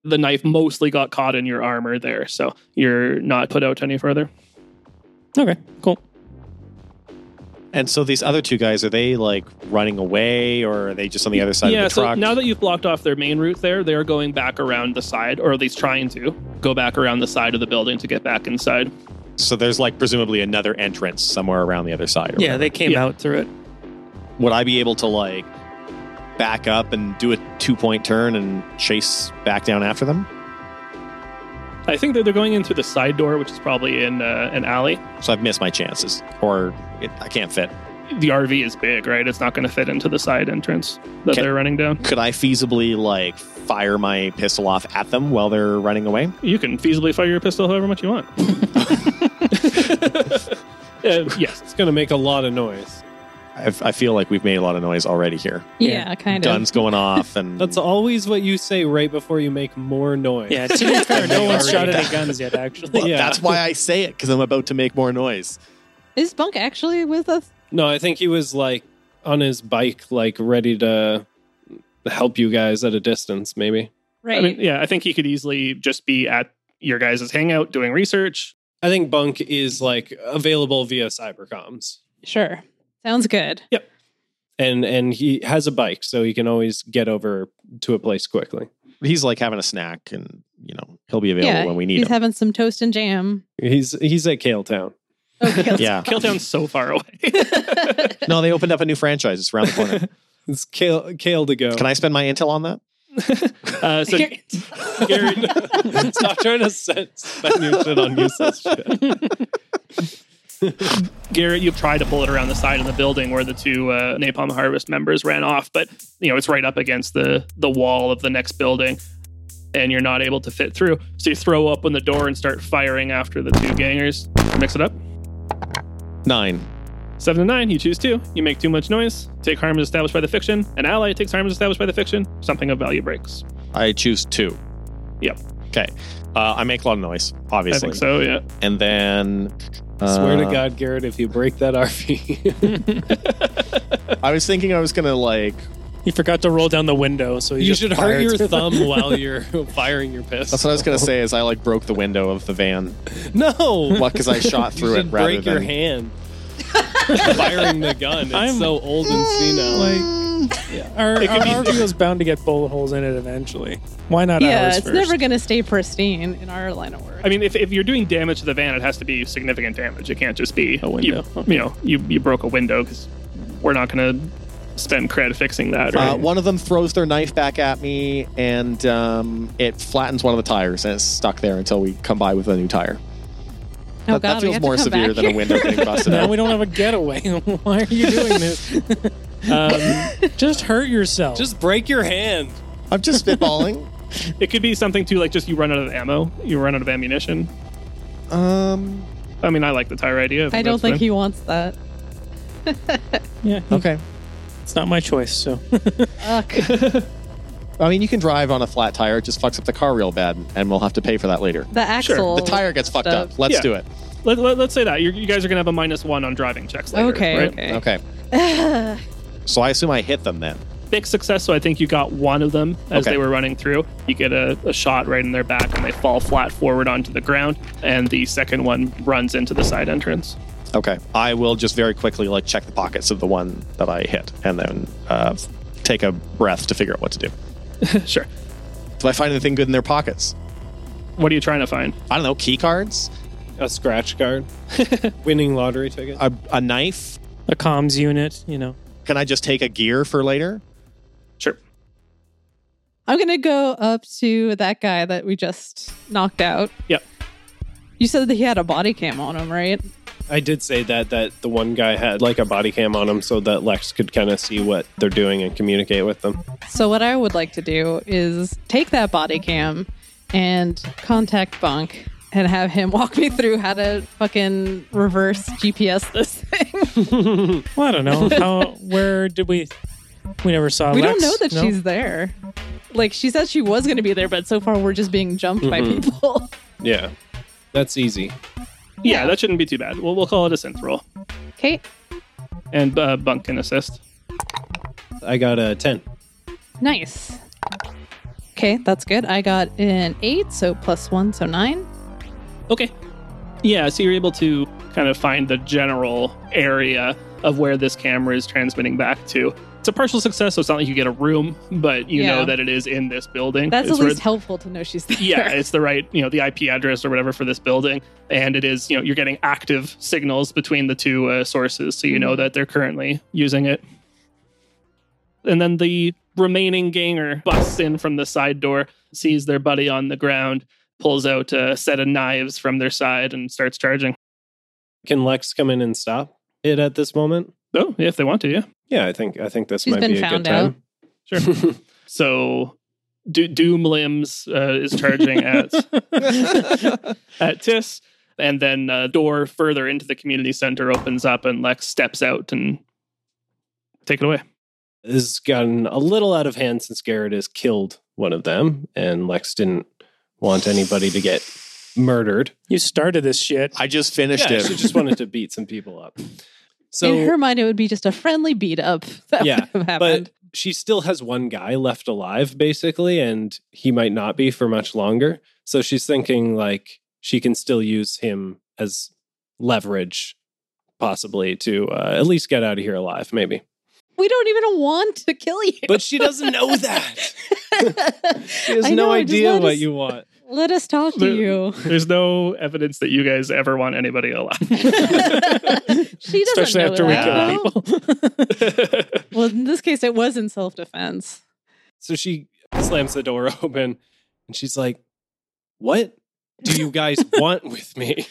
[SPEAKER 1] The knife mostly got caught in your armor there, so you're not put out any further.
[SPEAKER 5] Okay, cool.
[SPEAKER 4] And so these other two guys, are they like running away or are they just on the other side
[SPEAKER 1] yeah,
[SPEAKER 4] of the truck?
[SPEAKER 1] so now that you've blocked off their main route there, they are going back around the side, or at least trying to go back around the side of the building to get back inside.
[SPEAKER 4] so there's like presumably another entrance somewhere around the other side. Or
[SPEAKER 5] Yeah,
[SPEAKER 4] whatever.
[SPEAKER 5] they came
[SPEAKER 1] Yeah.
[SPEAKER 5] out through it.
[SPEAKER 4] Would I be able to like back up and do a two point turn and chase back down after them?
[SPEAKER 1] I think that they're going in through the side door, which is probably in uh, an alley.
[SPEAKER 4] So I've missed my chances or it, I can't fit.
[SPEAKER 1] The RV is big, right? It's not going to fit into the side entrance that
[SPEAKER 4] Okay.
[SPEAKER 1] they're running down.
[SPEAKER 4] Could I feasibly like fire my pistol off at them while they're running away?
[SPEAKER 1] You can feasibly fire your pistol however much you want. Uh, yes.
[SPEAKER 3] It's gonna make a lot of noise.
[SPEAKER 4] i I feel like we've made a lot of noise already here.
[SPEAKER 2] Yeah, kind of.
[SPEAKER 4] Guns going off and
[SPEAKER 3] That's always what you say right before you make more noise.
[SPEAKER 5] Yeah, to be fair, no one's shot
[SPEAKER 4] Already.
[SPEAKER 5] any guns yet, actually.
[SPEAKER 4] Well,
[SPEAKER 3] Yeah.
[SPEAKER 4] That's why I say it because I'm about to make more noise.
[SPEAKER 2] Is Bunk actually with us?
[SPEAKER 3] No, I think he was like on his bike, like ready to help you guys at a distance, maybe.
[SPEAKER 2] Right.
[SPEAKER 1] I mean, yeah, I think he could easily just be at your guys' hangout doing research.
[SPEAKER 3] I think Bunk is like available via cybercoms.
[SPEAKER 2] sure. Sounds good.
[SPEAKER 3] And and he has a bike, so he can always get over to a place quickly.
[SPEAKER 4] He's like having a snack and, you know, he'll be available
[SPEAKER 2] yeah,
[SPEAKER 4] when we need
[SPEAKER 2] he's
[SPEAKER 4] him.
[SPEAKER 2] having some toast and jam.
[SPEAKER 3] He's he's at Kale Town.
[SPEAKER 2] Okay.
[SPEAKER 4] yeah.
[SPEAKER 1] Killtown's so far away.
[SPEAKER 4] No, they opened up a new franchise. It's around the corner.
[SPEAKER 3] It's Kale Kale to go.
[SPEAKER 4] Can I spend my intel on that?
[SPEAKER 1] Uh, so Garrett,
[SPEAKER 3] Stop trying to set spend your shit on useless shit.
[SPEAKER 1] Garrett, you try to pull it around the side of the building where the two uh, Napalm Harvest members ran off, but you know it's right up against the the wall of the next building, and you're not able to fit through. So you throw open the door and start firing after the two gangers. Mix it up.
[SPEAKER 4] Nine.
[SPEAKER 1] Seven to nine, you choose two. You make too much noise. Take harm as established by the fiction. An ally takes harm as established by the fiction. Something of value breaks.
[SPEAKER 4] I choose two.
[SPEAKER 1] Yep.
[SPEAKER 4] Okay. Uh, I make a lot of noise,
[SPEAKER 1] I
[SPEAKER 4] obviously.
[SPEAKER 1] think so. Yeah.
[SPEAKER 4] And then. uh,
[SPEAKER 3] Swear to God, Garrett, if you break that RV,
[SPEAKER 4] I was thinking I was going to like.
[SPEAKER 5] He forgot to roll down the window, so he
[SPEAKER 3] you
[SPEAKER 5] just
[SPEAKER 3] should
[SPEAKER 5] fired
[SPEAKER 3] hurt your
[SPEAKER 5] through the-
[SPEAKER 3] thumb while you're firing your pistol.
[SPEAKER 4] That's what I was going to say is I like broke the window of the van.
[SPEAKER 3] No,
[SPEAKER 4] Well, because I shot
[SPEAKER 3] you
[SPEAKER 4] through it
[SPEAKER 3] should
[SPEAKER 4] rather
[SPEAKER 3] break
[SPEAKER 4] than.
[SPEAKER 3] your hand firing the gun. It's
[SPEAKER 5] I'm-
[SPEAKER 3] so old and senile.
[SPEAKER 5] Like,
[SPEAKER 2] Mm.
[SPEAKER 5] our, our RV was bound to get bullet holes in it eventually. Why not
[SPEAKER 2] yeah,
[SPEAKER 5] ours
[SPEAKER 2] it's
[SPEAKER 5] first?
[SPEAKER 2] never going to stay pristine in our line of work.
[SPEAKER 1] I mean, if, if you're doing damage to the van, it has to be significant damage. It can't just be
[SPEAKER 5] A window.
[SPEAKER 1] You, you know, you, you broke a window because we're not going to spend cred fixing that, right?
[SPEAKER 4] Uh, one of them throws their knife back at me, and um, it flattens one of the tires, and it's stuck there until we come by with a new tire.
[SPEAKER 2] Oh God,
[SPEAKER 4] that, that
[SPEAKER 2] we
[SPEAKER 4] feels
[SPEAKER 2] have to
[SPEAKER 4] more
[SPEAKER 2] come
[SPEAKER 4] severe
[SPEAKER 2] back
[SPEAKER 4] than a
[SPEAKER 2] here.
[SPEAKER 4] window getting busted
[SPEAKER 5] now
[SPEAKER 4] out.
[SPEAKER 5] we don't have a getaway. Why are you doing this?
[SPEAKER 1] um,
[SPEAKER 5] Just hurt yourself.
[SPEAKER 3] Just break your hand.
[SPEAKER 4] I'm just spitballing.
[SPEAKER 1] it could be something too, like just you run out of ammo, you run out of ammunition.
[SPEAKER 4] Um,
[SPEAKER 1] I mean, I like the tire idea.
[SPEAKER 2] I don't
[SPEAKER 1] that's
[SPEAKER 2] think
[SPEAKER 1] fine.
[SPEAKER 2] he wants that.
[SPEAKER 5] yeah,
[SPEAKER 4] okay.
[SPEAKER 5] it's not my choice. So
[SPEAKER 2] Ugh.
[SPEAKER 4] I mean, you can drive on a flat tire. It just fucks up the car real bad, and we'll have to pay for that later.
[SPEAKER 2] The axle.
[SPEAKER 4] The tire gets fucked
[SPEAKER 2] stuff.
[SPEAKER 4] up. Let's
[SPEAKER 1] Yeah.
[SPEAKER 4] do it.
[SPEAKER 1] Let, let, us say that You're, you guys are gonna have a minus one on driving checks later.
[SPEAKER 2] Okay,
[SPEAKER 1] right?
[SPEAKER 2] okay.
[SPEAKER 4] Okay. So I assume I hit them then.
[SPEAKER 1] Big success. So I think you got one of them as
[SPEAKER 4] Okay.
[SPEAKER 1] they were running through. You get a, a shot right in their back, and they fall flat forward onto the ground. And the second one runs into the side entrance.
[SPEAKER 4] Okay. I will just very quickly like check the pockets of the one that I hit, and then uh, take a breath to figure out what to do.
[SPEAKER 1] sure.
[SPEAKER 4] Do I find anything good in their pockets?
[SPEAKER 1] What are you trying to find?
[SPEAKER 4] I don't know. Key cards,
[SPEAKER 3] A scratch card. Winning lottery ticket.
[SPEAKER 4] a, a knife.
[SPEAKER 5] a comms unit, you know.
[SPEAKER 4] Can I just take a gear for later?
[SPEAKER 1] Sure.
[SPEAKER 2] I'm going to go up to that guy that we just knocked out.
[SPEAKER 1] Yep.
[SPEAKER 2] You said that he had a body cam on him, right?
[SPEAKER 3] I did say that that the one guy had like a body cam on him so that Lex could kind of see what they're doing and communicate with them.
[SPEAKER 2] So, what I would like to do is take that body cam and contact Bunk and have him walk me through how to fucking reverse GPS this thing.
[SPEAKER 5] Well, I don't know how. Where did we? We never saw.
[SPEAKER 2] we
[SPEAKER 5] Lex,
[SPEAKER 2] don't know that
[SPEAKER 5] no?
[SPEAKER 2] she's there. Like, she said she was going to be there, but so far we're just being jumped by
[SPEAKER 3] Mhm.
[SPEAKER 2] people.
[SPEAKER 3] Yeah. That's easy.
[SPEAKER 1] Yeah,
[SPEAKER 2] Yeah.
[SPEAKER 1] that shouldn't be too bad. We'll, we'll call it a synth roll,
[SPEAKER 2] Okay.
[SPEAKER 1] and uh, Bunk can assist.
[SPEAKER 3] I got a 10.
[SPEAKER 2] Nice. Okay, that's good. I got an eight, so plus one, so nine.
[SPEAKER 1] Okay. Yeah, so you're able to kind of find the general area of where this camera is transmitting back to. It's a partial success, so it's not like you get a room, but you
[SPEAKER 2] Yeah.
[SPEAKER 1] know that it is in this building.
[SPEAKER 2] That's
[SPEAKER 1] It's
[SPEAKER 2] at
[SPEAKER 1] where-
[SPEAKER 2] least helpful to know she's there.
[SPEAKER 1] yeah, it's the right, you know, the IP address or whatever for this building. And it is, you know, you're getting active signals between the two uh, sources, so you know that they're currently using it. And then the remaining ganger busts in from the side door, sees their buddy on the ground, pulls out a set of knives from their side, and starts charging.
[SPEAKER 3] Can Lex come in and stop it at this moment?
[SPEAKER 1] Oh, if they want to, yeah,
[SPEAKER 3] Yeah, I think I think this
[SPEAKER 2] She's
[SPEAKER 3] might
[SPEAKER 2] been
[SPEAKER 3] be a
[SPEAKER 2] found
[SPEAKER 3] good time.
[SPEAKER 1] sure. so, Do- Doom Limbs uh, is charging at at Tis, and then a door further into the community center opens up, and Lex steps out and take it away.
[SPEAKER 3] this has gotten a little out of hand since Garrett has killed one of them and Lex didn't want anybody to get murdered.
[SPEAKER 5] You started this shit.
[SPEAKER 4] I just finished
[SPEAKER 3] Yeah,
[SPEAKER 4] it.
[SPEAKER 3] she just wanted to beat some people up. So
[SPEAKER 2] In her mind, it would be just a friendly beat up that
[SPEAKER 3] Yeah,
[SPEAKER 2] would have happened.
[SPEAKER 3] but she still has one guy left alive basically and he might not be for much longer so she's thinking like she can still use him as leverage possibly to uh, at least get out of here alive maybe
[SPEAKER 2] we don't even want to kill you.
[SPEAKER 3] but she doesn't know that she has
[SPEAKER 2] I
[SPEAKER 3] no
[SPEAKER 2] know, just
[SPEAKER 3] idea
[SPEAKER 2] let
[SPEAKER 3] what
[SPEAKER 2] us-
[SPEAKER 3] you want
[SPEAKER 2] Let us talk to
[SPEAKER 1] There-
[SPEAKER 2] you.
[SPEAKER 1] There's no evidence that you guys ever want anybody alive.
[SPEAKER 2] she doesn't
[SPEAKER 5] Especially
[SPEAKER 2] know
[SPEAKER 5] after we
[SPEAKER 2] that,
[SPEAKER 5] kill
[SPEAKER 2] though.
[SPEAKER 5] people.
[SPEAKER 2] Well, in this case, it was in self defense.
[SPEAKER 3] so she slams the door open and she's like what do you guys want with me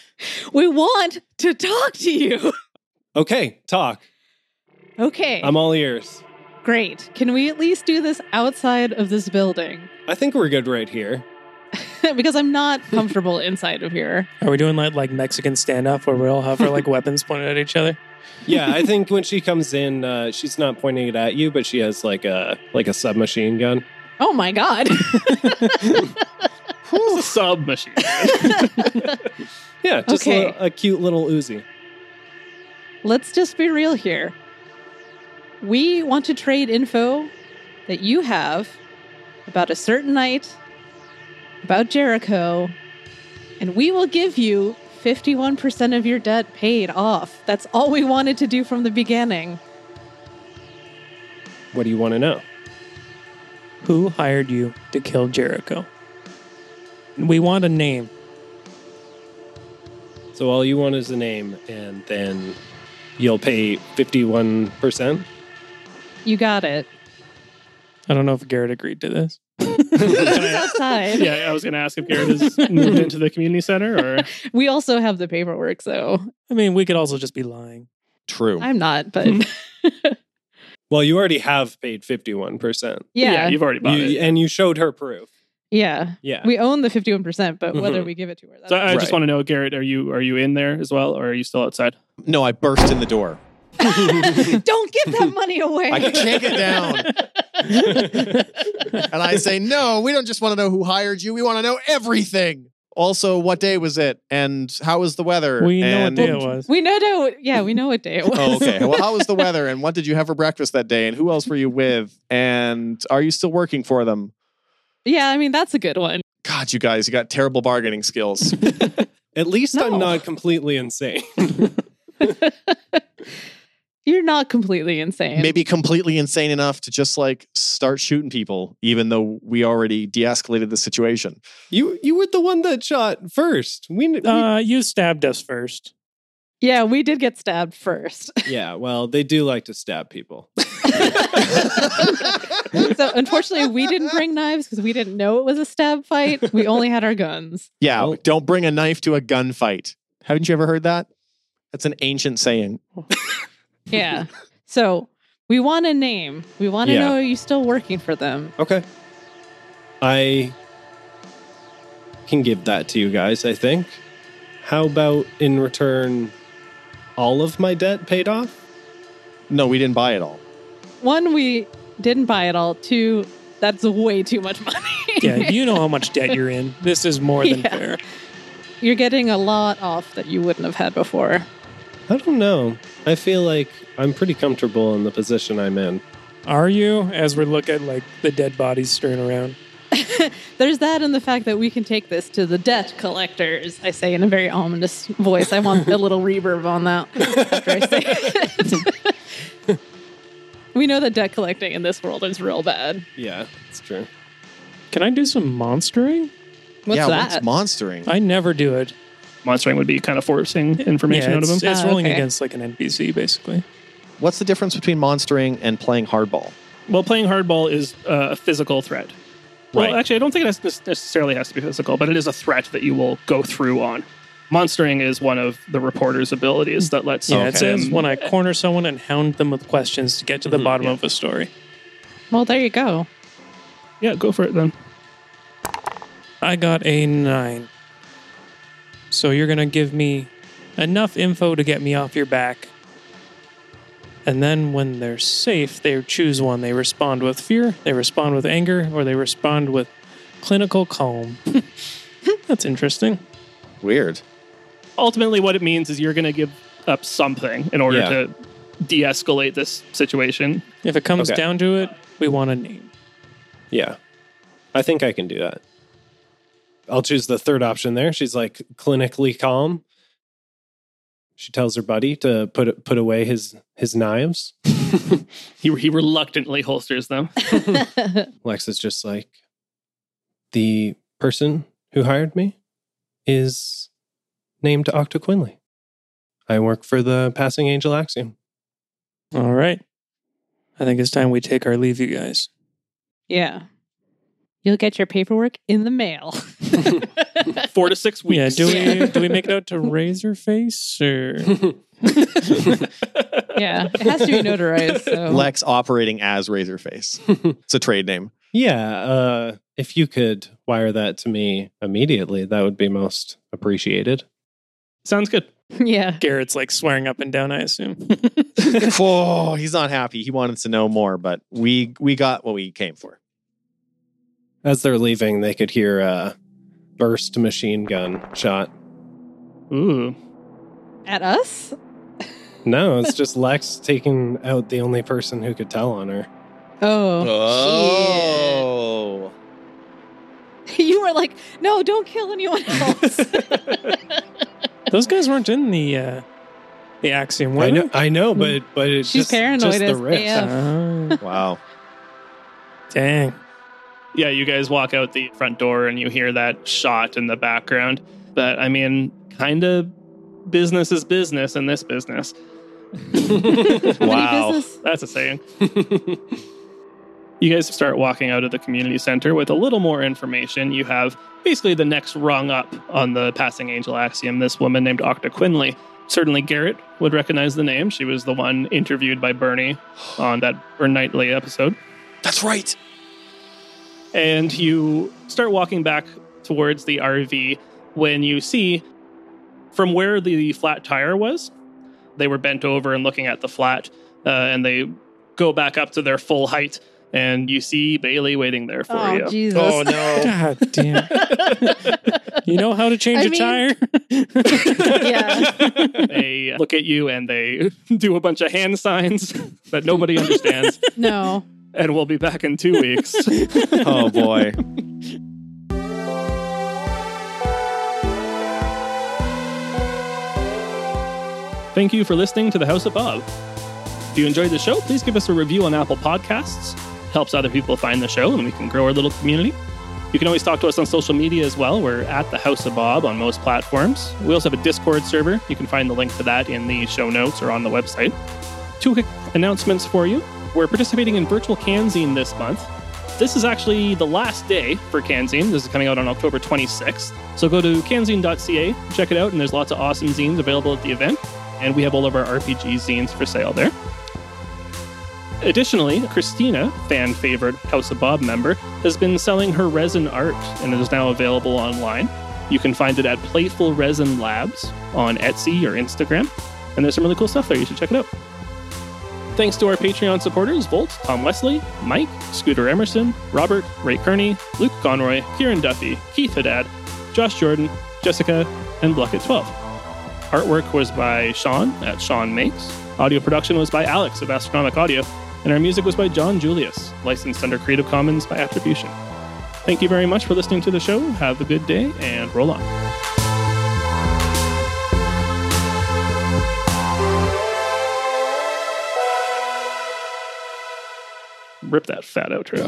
[SPEAKER 2] We want to talk to you.
[SPEAKER 3] okay talk
[SPEAKER 2] Okay.
[SPEAKER 3] i'm all ears
[SPEAKER 2] Great. Can we at least do this outside of this building?
[SPEAKER 3] i think we're good right here
[SPEAKER 2] because I'm not comfortable inside of here.
[SPEAKER 5] Are we doing like like Mexican standoff where we all have our like weapons pointed at each other?
[SPEAKER 3] yeah, I think when she comes in, uh, she's not pointing it at you, but she has like a like a submachine gun.
[SPEAKER 2] Oh my god.
[SPEAKER 1] Who's a submachine? gun?
[SPEAKER 3] Yeah, just a
[SPEAKER 2] Okay.
[SPEAKER 3] little- a, cute little Uzi.
[SPEAKER 2] Let's just be real here. We want to trade info that you have about a certain night, about Jericho, and we will give you 51% of your debt paid off. That's all we wanted to do from the beginning.
[SPEAKER 3] What do you want to know?
[SPEAKER 5] Who hired you to kill Jericho? We want a name.
[SPEAKER 3] So all you want is a name, and then you'll pay fifty one percent.
[SPEAKER 2] You got it.
[SPEAKER 5] I don't know if Garrett agreed to this.
[SPEAKER 1] Can
[SPEAKER 2] It's
[SPEAKER 1] I-
[SPEAKER 2] outside.
[SPEAKER 1] yeah, I was going to ask if Garrett has moved into the community center or
[SPEAKER 2] We also have the paperwork, so
[SPEAKER 5] I mean, we could also just be lying.
[SPEAKER 4] True.
[SPEAKER 2] I'm not, but
[SPEAKER 3] Well, you already have paid 51%.
[SPEAKER 2] yeah.
[SPEAKER 1] you've already bought it.
[SPEAKER 3] You- and you showed her proof.
[SPEAKER 2] Yeah.
[SPEAKER 3] Yeah.
[SPEAKER 2] We own the 51%, but whether
[SPEAKER 3] Mhm.
[SPEAKER 2] we give it to her, that's
[SPEAKER 1] So I
[SPEAKER 3] Right.
[SPEAKER 1] just want to know, Garrett, are you are you in there as well, or are you still outside?
[SPEAKER 4] No, I burst in the door.
[SPEAKER 2] Don't give that money away.
[SPEAKER 4] I shake it down. And I say, no, we don't just want to know who hired you. We want to know everything. Also, what day was it? And how was the weather?
[SPEAKER 5] We know what
[SPEAKER 4] and
[SPEAKER 5] day it was.
[SPEAKER 2] We know, no, yeah, we know what day it was.
[SPEAKER 4] Oh, okay. Well, how was the weather? And what did you have for breakfast that day? And who else were you with? And are you still working for them?
[SPEAKER 2] Yeah, I mean, that's a good one.
[SPEAKER 4] God, you guys, you got terrible bargaining skills.
[SPEAKER 3] At least
[SPEAKER 2] No.
[SPEAKER 3] I'm not completely insane.
[SPEAKER 2] You're not completely insane.
[SPEAKER 4] Maybe completely insane enough to just like start shooting people, even though we already de escalated the situation.
[SPEAKER 3] You you were the one that shot first. We, we
[SPEAKER 5] Uh, you stabbed us first.
[SPEAKER 2] Yeah, we did get stabbed first.
[SPEAKER 3] yeah. Well, they do like to stab people.
[SPEAKER 2] so unfortunately, we didn't bring knives because we didn't know it was a stab fight. We only had our guns.
[SPEAKER 4] Yeah,
[SPEAKER 3] Well-
[SPEAKER 4] don't bring a knife to a gunfight. Haven't you ever heard that? That's an ancient saying.
[SPEAKER 2] Yeah. So we want a name. We want to
[SPEAKER 3] Yeah.
[SPEAKER 2] know are you still working for them?
[SPEAKER 3] Okay. I can give that to you guys. I think. How about in return, all of my debt paid off?
[SPEAKER 4] No, we didn't buy it all.
[SPEAKER 2] One, we didn't buy it all. Two, that's way too much money.
[SPEAKER 5] Yeah, you know how much debt you're in. This is more than
[SPEAKER 2] Yeah.
[SPEAKER 5] fair.
[SPEAKER 2] You're getting a lot off that you wouldn't have had before.
[SPEAKER 3] I don't know. I feel like I'm pretty comfortable in the position I'm in.
[SPEAKER 5] Are you? As we look at like the dead bodies stirring around.
[SPEAKER 2] There's that and the fact that we can take this to the debt collectors, I say in a very ominous voice. I want a little reverb on that after I say it. we know that debt collecting in this world is real bad.
[SPEAKER 3] Yeah, it's true.
[SPEAKER 5] Can I do some monstering?
[SPEAKER 2] What's
[SPEAKER 4] yeah,
[SPEAKER 2] that?
[SPEAKER 4] what's monstering?
[SPEAKER 5] I never do it.
[SPEAKER 1] Monstering would be kind of forcing information
[SPEAKER 5] Yeah,
[SPEAKER 1] out of them.
[SPEAKER 5] it's, it's
[SPEAKER 2] Ah,
[SPEAKER 5] rolling
[SPEAKER 2] okay.
[SPEAKER 5] against like an NPC basically.
[SPEAKER 4] What's the difference between monstering and playing hardball?
[SPEAKER 1] Well, playing hardball is uh, a physical threat. Well,
[SPEAKER 4] Right.
[SPEAKER 1] actually, I don't think it has necessarily has to be physical, but it is a threat that you will go through on. Monstering is one of the reporter's abilities that lets
[SPEAKER 5] Yeah, it
[SPEAKER 1] them-
[SPEAKER 5] says when I corner someone and hound them with questions to get to the
[SPEAKER 3] Mhm,
[SPEAKER 5] bottom
[SPEAKER 1] Mm-hmm. yeah.
[SPEAKER 5] of a story.
[SPEAKER 2] well, there you go.
[SPEAKER 1] yeah, go for it then.
[SPEAKER 5] I got a nine. So you're gonna give me enough info to get me off your back. And then when they're safe, they choose one. They respond with fear, they respond with anger, or they respond with clinical calm. That's interesting.
[SPEAKER 4] Weird.
[SPEAKER 1] Ultimately, what it means is you're going to give up something in order
[SPEAKER 3] Yeah.
[SPEAKER 1] to de-escalate this situation.
[SPEAKER 5] If it comes
[SPEAKER 3] Okay.
[SPEAKER 5] down to it, we want a name.
[SPEAKER 3] Yeah. I think I can do that. I'll choose the third option there. She's like clinically calm. She tells her buddy to put put away his his knives.
[SPEAKER 1] He, he reluctantly holsters them.
[SPEAKER 3] Lex is just like the person who hired me is named Octa Quinley. I work for the Passing Angel Axiom.
[SPEAKER 5] All right. I think it's time we take our leave, you guys.
[SPEAKER 2] yeah. You'll get your paperwork in the mail.
[SPEAKER 1] Four to six
[SPEAKER 5] Yeah,
[SPEAKER 1] weeks.
[SPEAKER 5] do
[SPEAKER 2] Yeah.
[SPEAKER 5] we do we make it out to Razorface or
[SPEAKER 2] yeah. It has to be notarized. So
[SPEAKER 4] Lex operating as Razorface. it's a trade name.
[SPEAKER 3] Yeah, uh, if you could wire that to me immediately, that would be most appreciated.
[SPEAKER 1] Sounds good.
[SPEAKER 2] yeah.
[SPEAKER 5] Garrett's like swearing up and down, I assume.
[SPEAKER 4] Whoa, Oh, he's not happy. He wanted to know more, but we we got what we came for.
[SPEAKER 3] As they're leaving, they could hear a burst machine gun shot.
[SPEAKER 1] Ooh.
[SPEAKER 2] At us?
[SPEAKER 3] No, it's just Lex taking out the only person who could tell on her.
[SPEAKER 2] Oh.
[SPEAKER 4] Oh.
[SPEAKER 2] you were like, no, don't kill anyone else.
[SPEAKER 5] Those guys weren't in the uh, the axiom, were
[SPEAKER 3] I know,
[SPEAKER 5] they?
[SPEAKER 3] I know, but but it's
[SPEAKER 2] She's
[SPEAKER 3] just,
[SPEAKER 2] paranoid
[SPEAKER 3] just the
[SPEAKER 2] as
[SPEAKER 3] risk.
[SPEAKER 2] AF.
[SPEAKER 5] Oh,
[SPEAKER 4] wow.
[SPEAKER 5] dang.
[SPEAKER 1] Yeah, you guys walk out the front door and you hear that shot in the background. That I mean, kind of business is business in this business.
[SPEAKER 4] Wow.
[SPEAKER 2] Any business?
[SPEAKER 1] That's a saying. you guys start walking out of the community center with a little more information. You have basically the next rung up on the passing angel axiom. This woman named Octa Quinley. Certainly, Garrett would recognize the name. She was the one interviewed by Bernie on that Burn Nightly episode.
[SPEAKER 4] That's right.
[SPEAKER 1] And you start walking back towards the RV when you see from where the flat tire was, they were bent over and looking at the flat, uh, and they go back up to their full height, and you see Bailey waiting there for
[SPEAKER 2] Oh,
[SPEAKER 1] you.
[SPEAKER 2] Jesus.
[SPEAKER 4] Oh no.
[SPEAKER 5] God damn. you know how to change
[SPEAKER 2] I
[SPEAKER 5] a
[SPEAKER 2] mean-
[SPEAKER 5] tire?
[SPEAKER 2] yeah.
[SPEAKER 1] they look at you and they do a bunch of hand signs that nobody understands,
[SPEAKER 2] No.
[SPEAKER 1] and we'll be back in two weeks.
[SPEAKER 4] Oh boy.
[SPEAKER 1] Thank you for listening to The House Above. If you enjoyed the show, please give us a review on Apple Podcasts. It helps other people find the show and we can grow our little community. You can always talk to us on social media as well. We're at The House of Bob on most platforms. We also have a Discord server. You can find the link to that in the show notes or on the website. Two quick announcements for you. We're participating in Virtual Canzine this month. This is actually the last day for Canzine. This is coming out on October 26th. So go to canzine.ca, check it out, and there's lots of awesome zines available at the event and we have all of our RPG zines for sale there. Additionally, Christina, fan favorite House of Bob member, has been selling her resin art and it is now available online. You can find it at Playful Resin Labs on Etsy or Instagram, and there's some really cool stuff there. You should check it out. Thanks to our Patreon supporters Volt, Tom Wesley, Mike, Scooter Emerson, Robert, Ray Kearney, Luke Conroy, Kieran Duffy, Keith Haddad, Josh Jordan, Jessica, and Bluck at 12. Artwork was by Sean at Sean Makes. Audio production was by Alex of Astronomic Audio. And our music was by John Julius, licensed under Creative Commons by attribution. Thank you very much for listening to the show. Have a good day and roll on. Rip that fat outro.